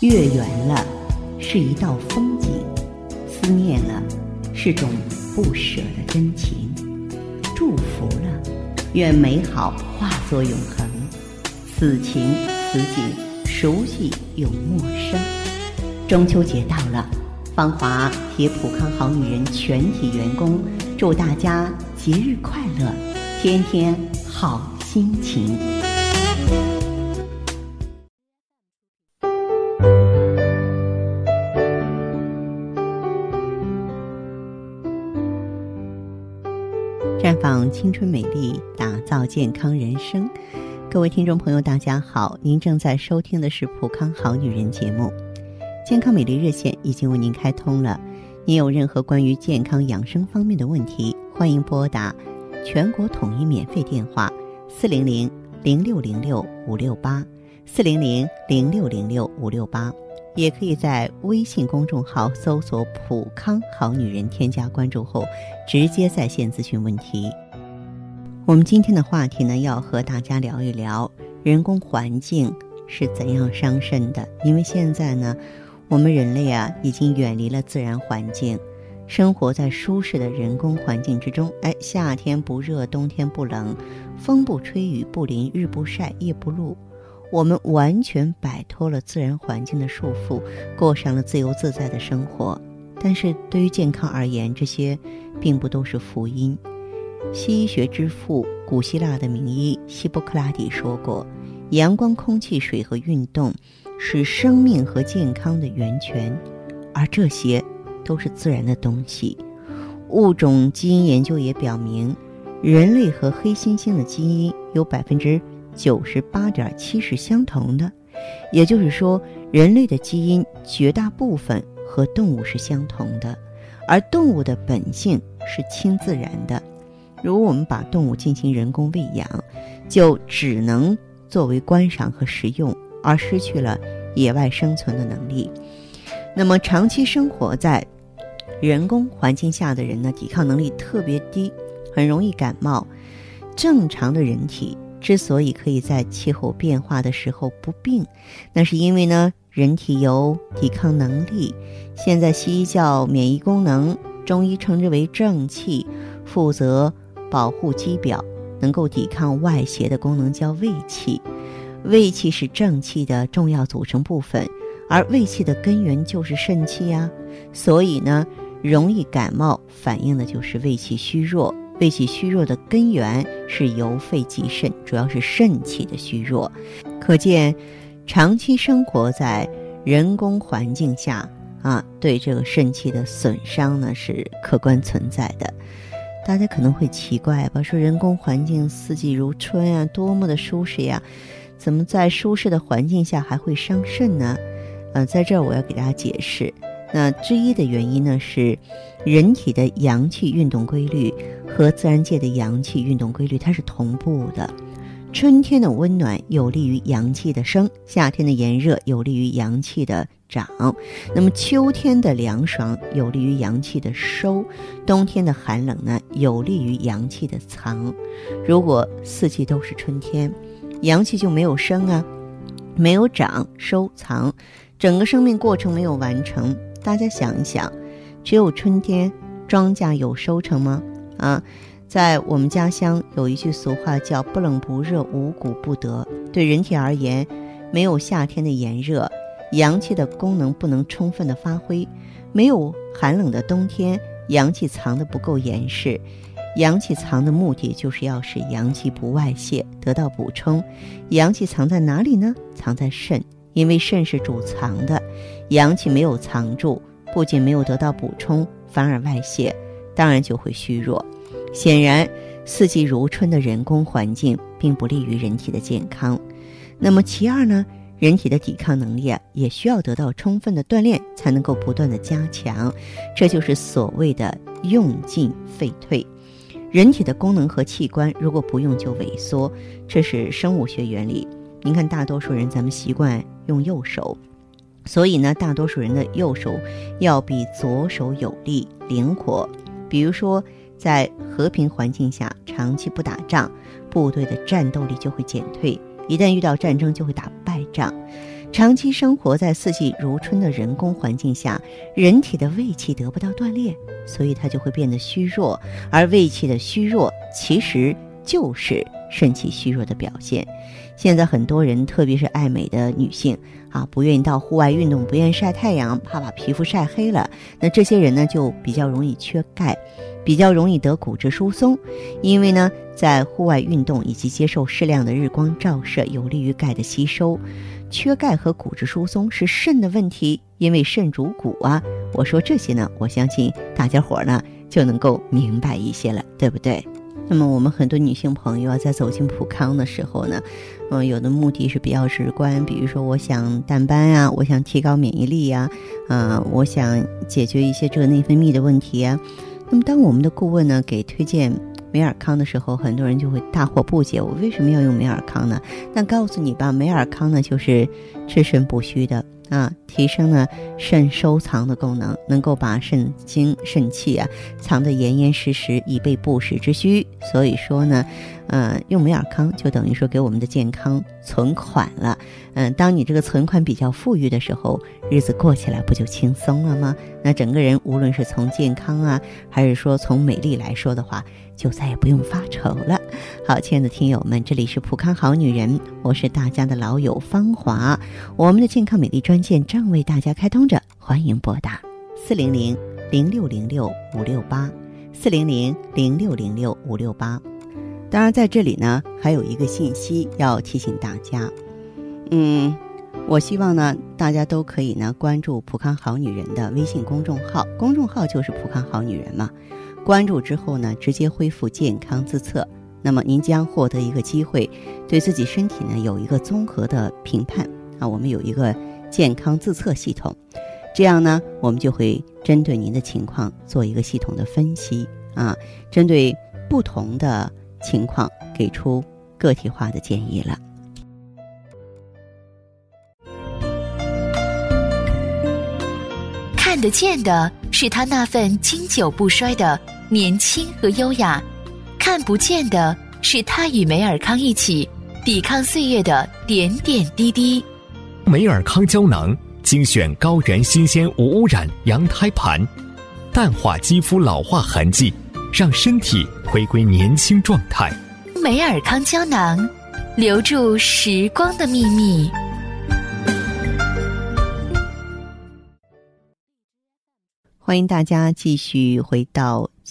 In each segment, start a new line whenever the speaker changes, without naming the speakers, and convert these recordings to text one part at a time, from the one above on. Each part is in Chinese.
月圆了，是一道风景；思念了，是种不舍的真情；祝福了，愿美好化作永恒。此情此景，熟悉又陌生。中秋节到了，芳华铁普康好女人全体员工祝大家节日快乐，天天好心情。绽放青春美丽，打造健康人生。各位听众朋友，大家好，您正在收听的是《普康好女人》节目，健康美丽热线已经为您开通了。您有任何关于健康养生方面的问题，欢迎拨打全国统一免费电话四零零零六零六五六八四零零零六零六五六八，也可以在微信公众号搜索“普康好女人”，添加关注后直接在线咨询问题。我们今天的话题呢，要和大家聊一聊人工环境是怎样伤身的。因为现在呢，我们人类啊已经远离了自然环境，生活在舒适的人工环境之中。哎，夏天不热，冬天不冷，风不吹，雨不淋，日不晒，夜不露，我们完全摆脱了自然环境的束缚，过上了自由自在的生活。但是对于健康而言，这些并不都是福音。西医学之父、古希腊的名医希波克拉底说过：“阳光、空气、水和运动是生命和健康的源泉，而这些都是自然的东西。”物种基因研究也表明，人类和黑猩猩的基因有百分之九十八点七是相同的，也就是说，人类的基因绝大部分和动物是相同的，而动物的本性是亲自然的。如果我们把动物进行人工喂养，就只能作为观赏和食用，而失去了野外生存的能力。那么，长期生活在人工环境下的人呢，抵抗能力特别低，很容易感冒。正常的人体之所以可以在气候变化的时候不病，那是因为呢，人体有抵抗能力。现在西医叫免疫功能，中医称之为正气，负责。保护肌表，能够抵抗外邪的功能叫胃气。胃气是正气的重要组成部分，而胃气的根源就是肾气呀、啊。所以呢，容易感冒反映的就是胃气虚弱。胃气虚弱的根源是由肺及肾，主要是肾气的虚弱。可见，长期生活在人工环境下啊，对这个肾气的损伤呢是客观存在的。大家可能会奇怪吧，说人工环境四季如春啊，多么的舒适呀、啊，怎么在舒适的环境下还会伤肾呢？呃，在这儿我要给大家解释，那之一的原因呢是，人体的阳气运动规律和自然界的阳气运动规律它是同步的。春天的温暖有利于阳气的生，夏天的炎热有利于阳气的长，那么秋天的凉爽有利于阳气的收，冬天的寒冷呢有利于阳气的藏。如果四季都是春天，阳气就没有生啊，没有长、收藏，整个生命过程没有完成。大家想一想，只有春天庄稼有收成吗？啊？在我们家乡有一句俗话叫“不冷不热，五谷不得”。对人体而言，没有夏天的炎热，阳气的功能不能充分的发挥；没有寒冷的冬天，阳气藏得不够严实。阳气藏的目的就是要使阳气不外泄，得到补充。阳气藏在哪里呢？藏在肾，因为肾是主藏的。阳气没有藏住，不仅没有得到补充，反而外泄，当然就会虚弱。显然，四季如春的人工环境并不利于人体的健康。那么其二呢，人体的抵抗能力啊，也需要得到充分的锻炼，才能够不断的加强。这就是所谓的用进废退。人体的功能和器官如果不用就萎缩，这是生物学原理。您看，大多数人咱们习惯用右手。所以呢，大多数人的右手要比左手有力、灵活。比如说，在和平环境下，长期不打仗，部队的战斗力就会减退；一旦遇到战争，就会打败仗。长期生活在四季如春的人工环境下，人体的胃气得不到锻炼，所以它就会变得虚弱。而胃气的虚弱，其实就是肾气虚弱的表现。现在很多人，特别是爱美的女性啊，不愿意到户外运动，不愿意晒太阳，怕把皮肤晒黑了。那这些人呢，就比较容易缺钙，比较容易得骨质疏松，因为呢，在户外运动以及接受适量的日光照射，有利于钙的吸收。缺钙和骨质疏松是肾的问题，因为肾主骨啊。我说这些呢，我相信大家伙儿呢就能够明白一些了，对不对？那么我们很多女性朋友啊，在走进普康的时候呢，嗯、有的目的是比较直观，比如说我想淡斑啊，我想提高免疫力呀、啊，呃，我想解决一些这个内分泌的问题啊。那么当我们的顾问呢给推荐美尔康的时候，很多人就会大惑不解，我为什么要用美尔康呢？那告诉你吧，美尔康呢就是治肾补虚的啊，提升呢肾收藏的功能，能够把肾精、肾气啊藏得严严实实，以备不时之需。所以说呢，呃，用美尔康就等于说给我们的健康存款了。嗯、当你这个存款比较富裕的时候，日子过起来不就轻松了吗？那整个人无论是从健康啊，还是说从美丽来说的话，就再也不用发愁了。好，亲爱的听友们，这里是普康好女人，我是大家的老友芳华。我们的健康美丽专线正为大家开通着，欢迎拨打四零零零六零六五六八四零零零六零六五六八。当然，在这里呢，还有一个信息要提醒大家，嗯，我希望呢，大家都可以呢关注“普康好女人”的微信公众号，公众号就是“普康好女人”嘛。关注之后呢，直接恢复健康自测，那么您将获得一个机会，对自己身体呢有一个综合的评判啊。我们有一个健康自测系统，这样呢，我们就会针对您的情况做一个系统的分析啊，针对不同的情况给出个体化的建议了。
看得见的是他那份经久不衰的年轻和优雅，看不见的是他与梅尔康一起抵抗岁月的点点滴滴。
美尔康胶囊精选高原新鲜无污染羊胎盘，淡化肌肤老化痕迹，让身体回归年轻状态。
梅尔康胶囊，留住时光的秘密。
欢迎大家继续回到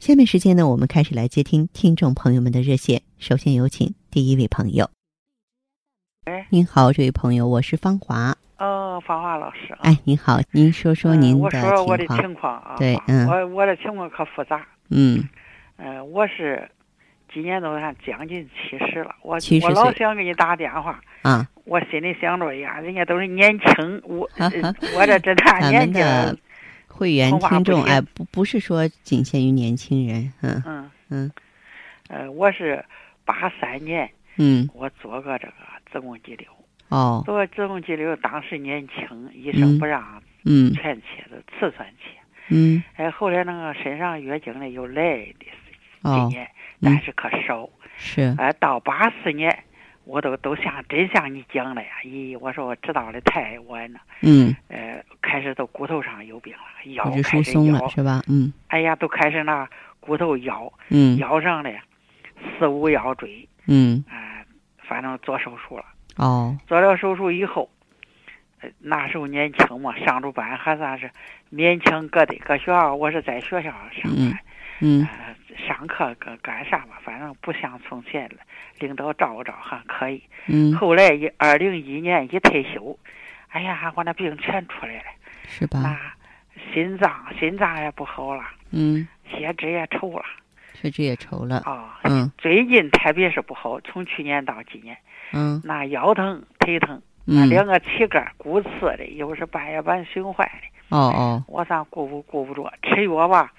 下面时间呢，我们开始来接听听众朋友们的热线。首先有请第一位朋友。
哎
您好，这位朋友，我是芳华。
嗯，法华老师啊，
哎，您好，您说说
嗯
您
我
的
说我的
情况。
情况啊，
对
啊
嗯
我我的情况可复杂，
嗯，
嗯、我是今年都看将近七十了，我
70岁
我老想给你打电话，
啊，
我心里想着哎呀，人家都是年轻， 我呃我这这大
咱
年
们
纪了
的，会员
通话
听
不
众，
行
哎，不不是说仅限于年轻人，嗯
嗯
嗯
呃，我是八三年
嗯，
我做过这个子宫肌瘤，
哦，
做子宫肌瘤当时年轻，医
嗯
生不让
嗯
全切的，次全切，
嗯，
哎，后来那个身上月经呢又来的。今
哦，
年，
嗯
但是可少。
是，
哎，到八四年，我都都像真像你讲的呀！咦，我说我知道的太晚了。
嗯，
呃，开始都骨头上有病了，腰
骨质疏
开始
松了
摇，
是吧？嗯
哎呀，都开始那骨头摇，
嗯
腰上的四五腰椎，
嗯，
啊、反正做手术了。
哦，
做了手术以后，呃，那时候年轻嘛，上着班还算是勉强搁得搁学校，我是在学校上班。
嗯嗯
呃，上课干干啥吧，反正不像从前了，领导照顾照还可以。
嗯，
后来一二零一年一退休，哎呀，我那病全出来了，
是吧？
那心脏心脏也不好了，
嗯，
血脂也稠了
确实也愁了。
啊、
嗯
最近特别是不好，从去年到今年，
嗯
那腰疼、腿疼，那
嗯，
两个旗杆骨刺的，又是半月板损坏的，
哦哦，
我咋顾不顾不着？吃药吧，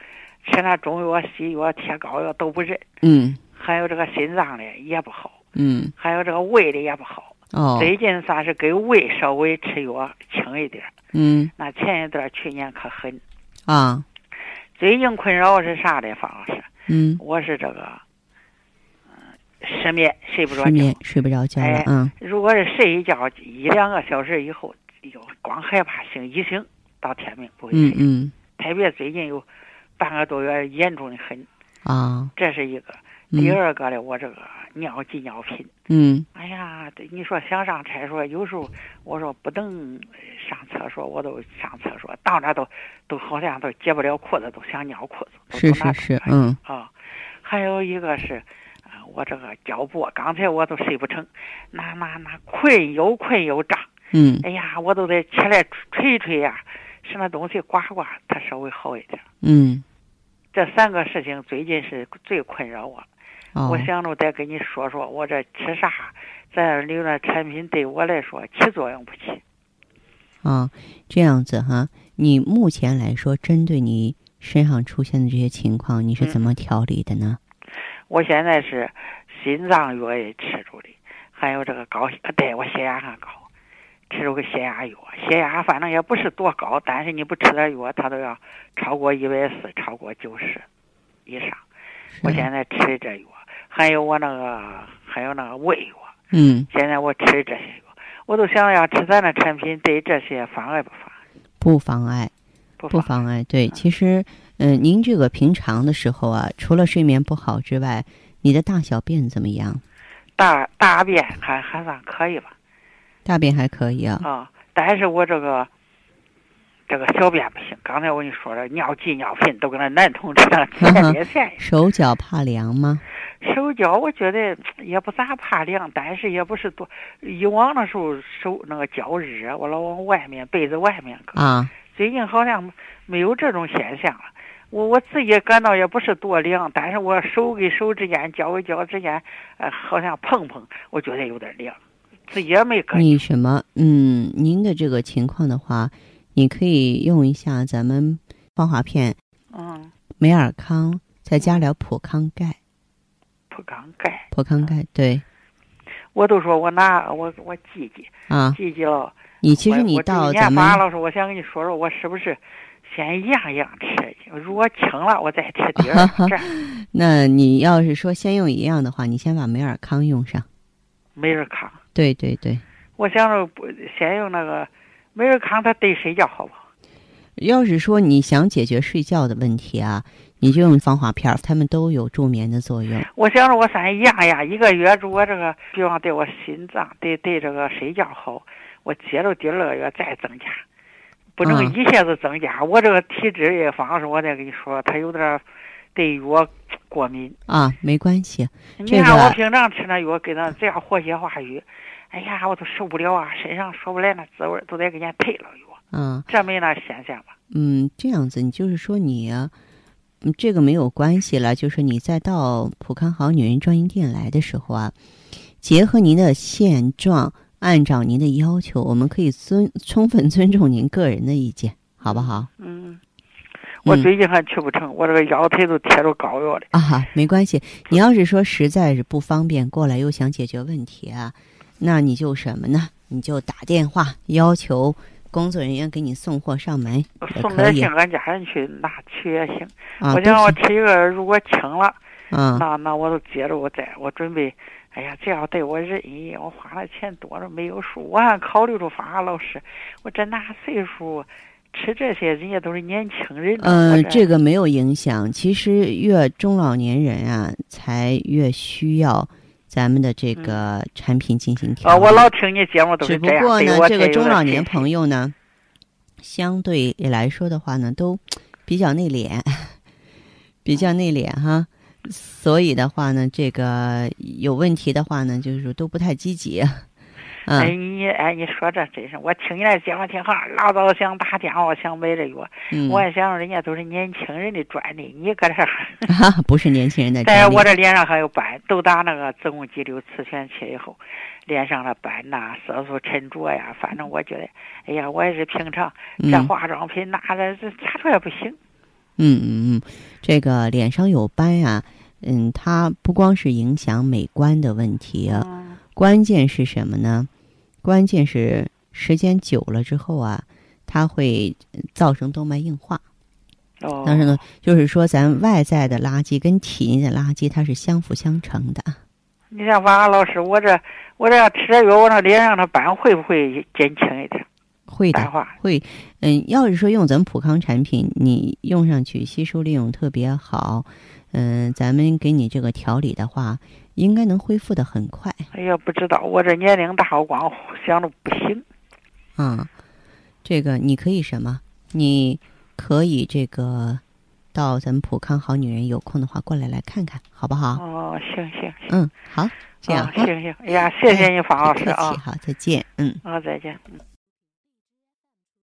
吃那中药、西药、贴膏药都不认，
嗯
还有这个心脏的也不好，
嗯
还有这个胃的也不好。
哦，
最近算是给胃稍微吃药轻一点儿，
嗯
那前一段去年可狠。
啊，
最近困扰是啥的方式？
嗯，
我是这个，嗯，失眠，睡不着
失
觉
眠。睡不着觉了
哎，
嗯
如果是睡一觉一两个小时以后，又光害怕醒，一醒到天明不会
嗯
睡。
嗯
特别最近有半个多月严重的很，
啊，
这是一个。
嗯
第二个呢，我这个尿急尿频。
嗯
哎呀，对你说想上厕所，有时候我说不能上厕所，我都上厕所，到那都都好像都解不了裤子，都想尿裤子。都
是
都那
是是，
种
嗯
啊，还有一个是，啊，我这个脚脖，刚才我都睡不成，那那那困又困又胀，
嗯
哎呀，我都得起来捶一捶呀，什么东西刮刮，它稍微好一点。
嗯
这三个事情最近是最困扰我，
哦
我，想着再跟你说说，我这吃啥，这里边产品对我来说起作用不起？
啊，这样子哈，你目前来说，针对你身上出现的这些情况，
嗯
你是怎么调理的呢？
我现在是心脏药也吃住的，还有这个高血，对我血压还高，吃了个血压药，血压反正也不是多高，但是你不吃点药，它都要超过一百四，超过九十以上。
是
我现在吃的这药，还有我那个，还有那个胃药，
嗯，
现在我吃这些药，我都想要吃咱的产品对这些妨碍不妨碍？
不妨碍，
不
不
妨
妨碍。对，其实，嗯、您这个平常的时候啊，除了睡眠不好之外，你的大小便怎么样？
大大便还还算可以吧？
大便还可以啊。
啊，但是我这个这个小便不行。刚才我跟你说了，尿急尿频都跟那男同志那 前列腺一样
手脚怕凉吗？
手脚我觉得也不咋怕凉，但是也不是多。以往的时候手那个脚热，我老往外面被子外面搁。
啊，
最近好像没有这种现象了。我我自己感到也不是多凉，但是我手跟手之间、脚跟脚之间，呃，好像碰碰，我觉得有点凉，自己也没感觉。
你什么？嗯，您的这个情况的话，你可以用一下咱们芳华片、
嗯，
美尔康，再加点普康钙。
不敢盖。
普康钙，对
我都说我拿我我记记
啊，
记记了。
你其实
我
你
我这
到
一年
咱
八
们
老师，我想跟你说说，我是不是先一样一样吃？如果轻了，我再吃第二 个。这样
那你要是说先用一样的话，你先把美尔康用上。
没人康，
对对对，
我想着不先用那个没人康，它对睡觉好不好？
要是说你想解决睡觉的问题啊，你就用芳华片儿，它们都有助眠的作用。
我想着我三一样呀，一个月如果这个，比方对我心脏对对这个睡觉好，我接着第二个月再增加，不能
嗯
一下子增加。我这个体质也方式，我再跟你说，它有点儿对药过敏。
啊，没关系，
你
这
看
个
我平常吃那药，给他这样活血化瘀，哎呀，我都受不了啊，身上说不来那滋味儿，都得给人家退了药，
啊，
这没那现象吧？
嗯，这样子，你就是说你、嗯，这个没有关系了。就是你再到普康好女人专营店来的时候啊，结合您的现状，按照您的要求，我们可以尊充分尊重您个人的意见，好不好？
嗯，我
嗯
最近还去不成，我这个腰腿都贴着膏药的。
啊哈，没关系。你要是说实在是不方便过来，又想解决问题啊，那你就什么呢？你就打电话要求工作人员给你送货上门也
送
可
点
以
信，俺家人去拿去也行。
啊。
我
都
想我
是
吃一个，如果轻了，
啊，
那那我都接着我再我准备。哎呀，这要对我仁义，我花的钱多了没有数。我还考虑出方案，老师，我这大岁数，吃这些人家都是年轻人了。我
嗯，
这
这个没有影响。其实越中老年人啊，才越需要咱们的这个产品进行调
啊，
理。
嗯我老听你节目都
只
是
不
这样。
过
对
呢
我，
这个中老年
友，
朋友啊呢，相对来说的话呢，都比较内敛， 比较内敛哈。所以的话呢，这个有问题的话呢，就是都不太积极。嗯
哎，你哎，你说这真是，我听你那节目挺好，老早想打电话，想买这药，
嗯，
我也想人家都是年轻人的专利，你搁这儿，
啊 不是年轻人的
在
专利
我这脸上还有斑，都打那个子宫肌瘤磁悬切以后，脸上的斑呐、色素沉着呀，反正我觉得，哎呀，我也是平常这
嗯
化妆品拿着这咋着也不行。
嗯嗯嗯，这个脸上有斑啊，嗯，它不光是影响美观的问题啊，
嗯
关键是什么呢？关键是时间久了之后啊，它会呃造成动脉硬化。
哦，
但是呢，就是说咱外在的垃圾跟体内的垃圾它是相辅相成的。
你像王安老师，我这我这要吃这药，我这脸上的斑会不会减轻一点？
会的
淡，化？
会，嗯，要是说用咱们普康产品，你用上去吸收利用特别好，嗯，咱们给你这个调理的话，应该能恢复的很快
哎呀，不知道，我这年龄大，我光想着不行。
啊、这个你可以什么？你可以这个到咱们普康好女人有空的话过来来看看，好不好？
哦，行行行，
嗯，好，啊这样
哦
哈，
行行，哎呀，谢谢你，方老
不
师
客
啊
气，，好，再见，嗯。
啊，再见。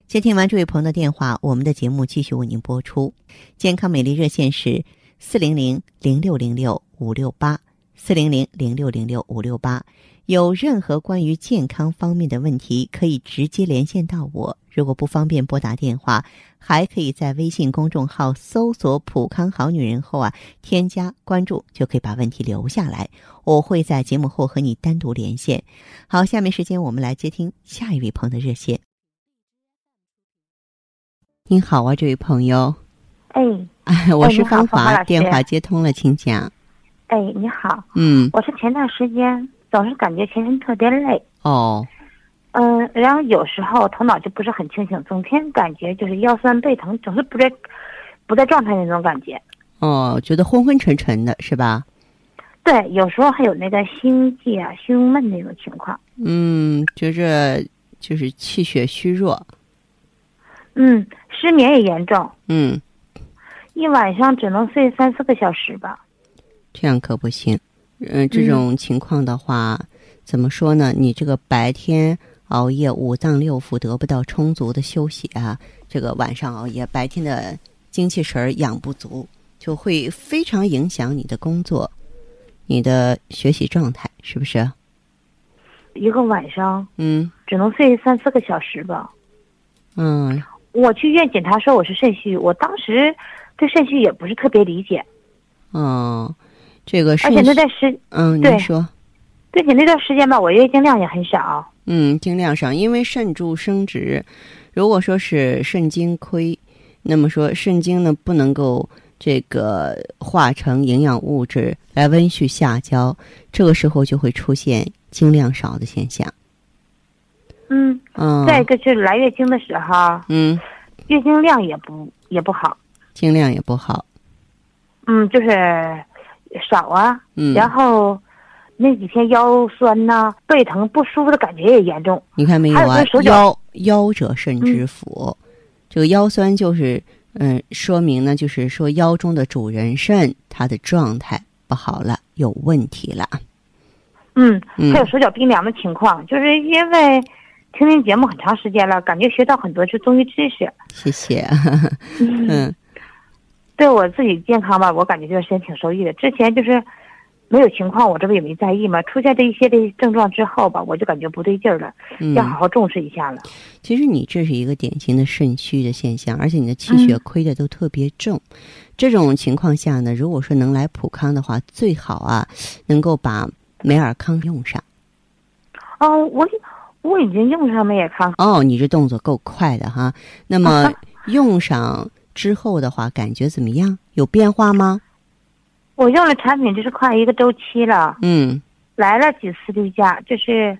接听完这位朋友的电话，我们的节目继续为您播出。健康美丽热线是四零零零六零六五六八，四零零零六零六五六八。有任何关于健康方面的问题，可以直接连线到我。如果不方便拨打电话，还可以在微信公众号搜索“普康好女人”后啊，添加关注，就可以把问题留下来。我会在节目后和你单独连线。好，下面时间我们来接听下一位朋友的热线。您好啊，这位朋友，
哎
哎，我是
你好
芳
冯老
华，
师
电话接通了，请讲。
哎，你好，
嗯，
我是前段时间总是感觉全身特别累，
哦，
嗯，然后有时候头脑就不是很清醒，总天感觉就是腰酸背疼，总是不在不在状态那种感觉。
哦，觉得昏昏沉沉的是吧？
对，有时候还有那个心悸啊、胸闷那种情况。
嗯，觉着就是气血虚弱。
嗯，失眠也严重，
嗯，
一晚上只能睡三四个小时吧。
这样可不行。嗯、这种情况的话，怎么说呢？你这个白天熬夜，五脏六腑得不到充足的休息啊，这个晚上熬夜，白天的精气神儿养不足，就会非常影响你的工作、你的学习状态，是不是？
一个晚上
嗯
只能睡三四个小时吧。
嗯
我去医院检查说我是肾虚，我当时对肾虚也不是特别理解，
哦，这个
而
肾
且那
虚
段时
嗯，
对
您说
并且那段时间吧，我月经量也很少。
嗯，经量上，因为肾主生殖，如果说是肾精亏，那么说肾精呢不能够这个化成营养物质来温煦下焦，这个时候就会出现经量少的现象。
嗯，
嗯，
再一个就是来月经的时候，
嗯，
月经量也不也不好，
经量也不好。
嗯，就是少啊，
嗯，
然后那几天腰酸呐、背疼、不舒服的感觉也严重。
你看没有
还
啊
有就是手？脚
腰腰者肾之府，这个腰酸就是，嗯，说明呢，就是说腰中的主人肾它的状态不好了，有问题了。
嗯，
嗯
还有手脚冰凉的情况，就是因为听您节目很长时间了，感觉学到很多就中医知识。
谢 谢。
嗯，
嗯
对我自己健康吧，我感觉这段时间挺受益的。之前就是。没有情况，我这不也没在意嘛。出现这一些的症状之后吧，我就感觉不对劲儿了，要好
嗯，
好重视一下了。
其实你这是一个典型的肾虚的现象，而且你的气血
嗯
亏的都特别重。这种情况下呢，如果说能来普康的话，最好啊能够把美尔康用上。
哦，我我已经用上了也看，
哦，你这动作够快的哈。那
啊
么用上之后的话，感觉怎么样？有变化吗？
我用了产品就是快一个周期了，
嗯
来了几次例假，就是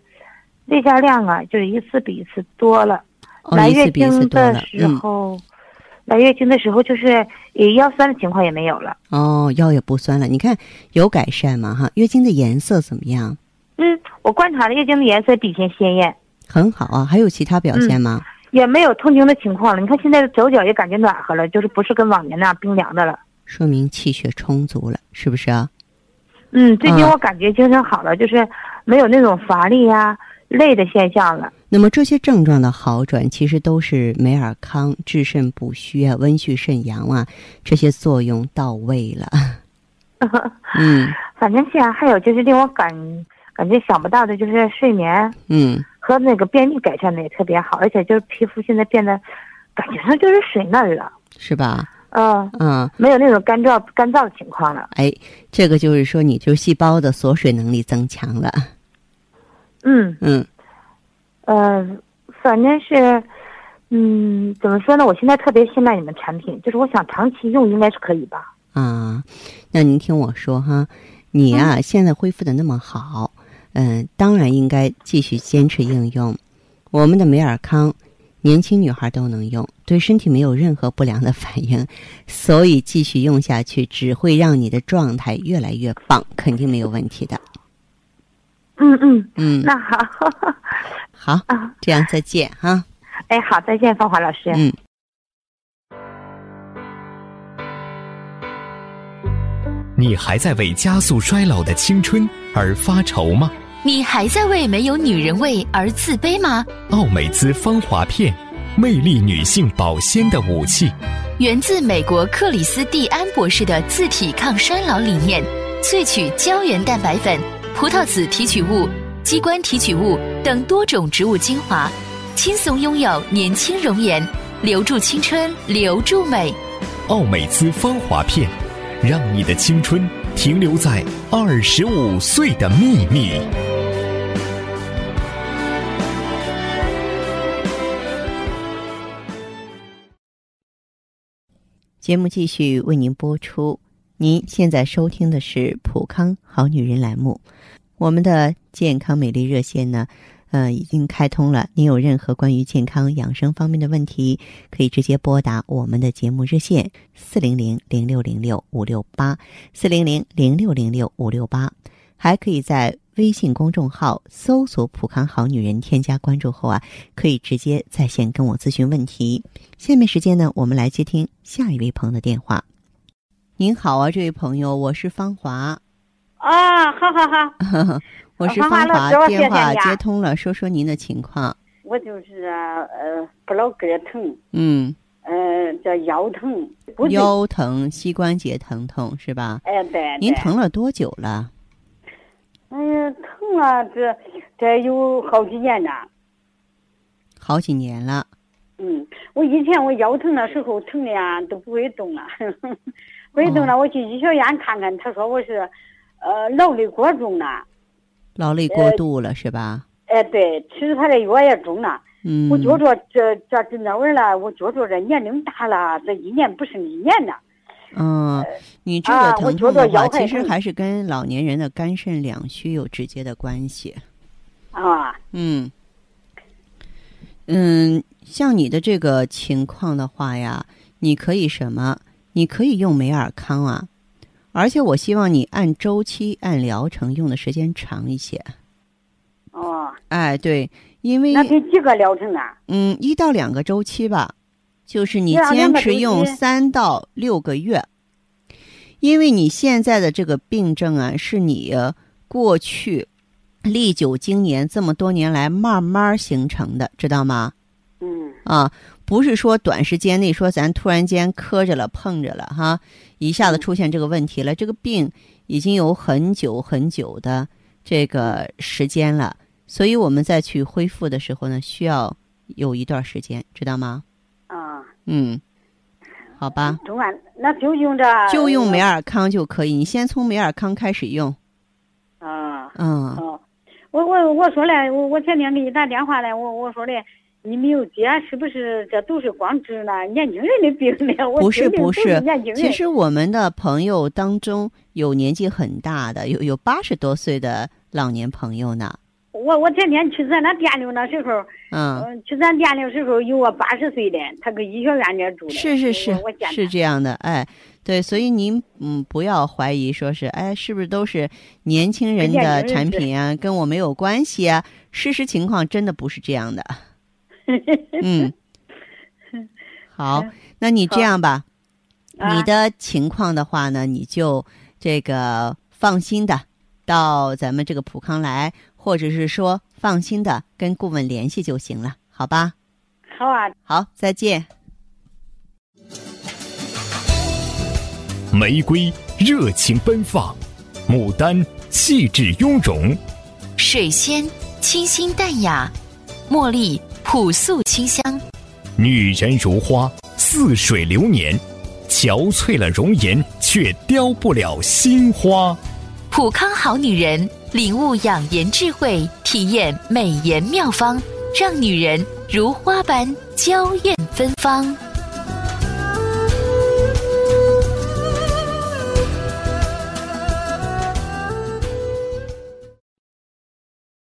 例假量啊，就是一次比一次多了。
哦
来
一次
月
比一次
经
多
的
了
时
嗯
候，来月经的时候就是也腰酸的情况也没有了。
哦，腰也不酸了。你看有改善吗？哈，月经的颜色怎么样？
嗯，我观察了月经的颜色比以前鲜艳，
很好啊。还有其他表现
嗯
吗？
也没有痛经的情况了。你看现在的手脚也感觉暖和了，就是不是跟往年那样冰凉的了。
说明气血充足了，是不是啊？
嗯，最近
嗯
我感觉精神好了，就是没有那种乏力呀、啊累的现象了。
那么这些症状的好转，其实都是美尔康治肾补虚啊、温煦肾阳啊这些作用到位了。嗯
反正现在还有就是令我感感觉想不到的，就是睡眠
嗯，
和那个便秘改善的也特别好，而且就是皮肤现在变得感觉上就是水嫩了，
是吧？
嗯、
嗯，
没有那种干燥干燥的情况了。
哎，这个就是说，你就细胞的锁水能力增强了。
嗯
嗯
呃，反正是，嗯，怎么说呢？我现在特别信赖你们产品，就是我想长期用，应该是可以吧？
啊，那您听我说哈，你啊、
嗯
现在恢复的那么好，嗯、当然应该继续坚持应用。我们的美尔康，年轻女孩都能用，对身体没有任何不良的反应， 所以继续用下去只会让你的状态越来越棒，肯定没有问题的。
嗯嗯，
嗯，
那好，
好，
啊，
这样再见哈。
哎，好，再见，芳华老师。
嗯。
你还在为加速衰老的青春而发愁吗？
你还在为没有女人味而自卑吗？
奥美姿芳华片，魅力女性保鲜的武器。
源自美国克里斯蒂安博士的自体抗衰老理念，萃取胶原蛋白粉、葡萄籽提取物、鸡冠提取物等多种植物精华，轻松拥有年轻容颜，留住青春，留住美。
奥美姿芳华片，让你的青春停留在二十五岁的秘密。
节目继续为您播出。您现在收听的是《普康好女人》栏目，我们的健康美丽热线呢，呃，已经开通了。您有任何关于健康养生方面的问题，可以直接拨打我们的节目热线四零零零六零六五六八四零零零六零六五六八，还可以在微信公众号搜索“普康好女人”，添加关注后啊，可以直接在线跟我咨询问题。下面时间呢，我们来接听下一位朋友的电话。您好啊，这位朋友，我是芳华，
啊，好好好，
我是
哦芳华
芳
老
华
师，我谢谢
电话
你啊
接通了，说说您的情况。
我就是啊，呃，不老胳膊疼，
嗯，
呃，这腰疼，骨头，
腰疼、膝关节疼痛是吧？
哎，对，对
您？疼了多久了？
哎呀，疼啊，这这有好几年了。
好几年了。
嗯，我以前我腰疼的时候疼的呀都不会动 了，不会
哦
动了。我去医学院看看，他说我是，呃，劳累过重了。
劳累过度了、是吧？
哎，对，吃他的药也中了。
嗯，
呃我觉着这这这那味儿了，我觉着这年龄大了，这一年不是一年了。
嗯，你这个
啊我
疼
觉
痛的
得
话，
腰
其
太
实
疼
还是跟老年人的肝肾两虚有直接的关系。
啊，
嗯，嗯，像你的这个情况的话呀，你可以什么？你可以用美尔康啊，而且我希望你按周期、按疗程用的时间长一些。
哦，
哎，对，因为
那得几个疗程啊？
嗯，一到两个周期吧，就是你
一到两
坚
个
持
周
用
期
三到六个月，因为你现在的这个病症啊，是你呃过去历久经年这么多年来慢慢形成的，知道吗？
嗯。
啊，不是说短时间内说咱突然间磕着了碰着了哈，一下子出现这个问题了。这个病已经有很久很久的这个时间了，所以我们再去恢复的时候呢，需要有一段时间，知道吗？
啊，
嗯，好吧，
中安那就用这，
嗯
就用美尔康就可以，你先从美尔康开始用。
啊
嗯，
哦，我我我说嘞，我我前天给你打电话嘞，我我说嘞，你没有接，是不是这都是光治那年轻人的病嘞？我
不是
听听
不
都
是
是年轻人，
其实我们的朋友当中有年纪很大的，有有八十多岁的老年朋友呢。
我我前天去咱那店里那时候，
哦
嗯，
嗯，去咱店里的时候有个八十岁的，他搁医学院里住的，
是是是
我我见
是
他
这样的，哎，对，所以您嗯不要怀疑说是哎是不是都是年轻人
年
的
轻人
产
是
品啊，跟我没有关系啊，事实情况真的不是这 样的。嗯，好，那你这
好
样吧，你
啊
的情况的话呢，你就这个放心的到咱们这个普康来，或者是说放心的跟顾问联系就行了，好吧？
好啊，
好，再见。
玫瑰热情奔放，牡丹气质雍容，
水仙清新淡雅，茉莉朴素清香，
女人如花，似水流年，憔悴了容颜，却凋不了心花。
普康好女人，领悟养颜智慧，体验美颜妙方，让女人如花般娇艳芬芳。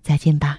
再见吧。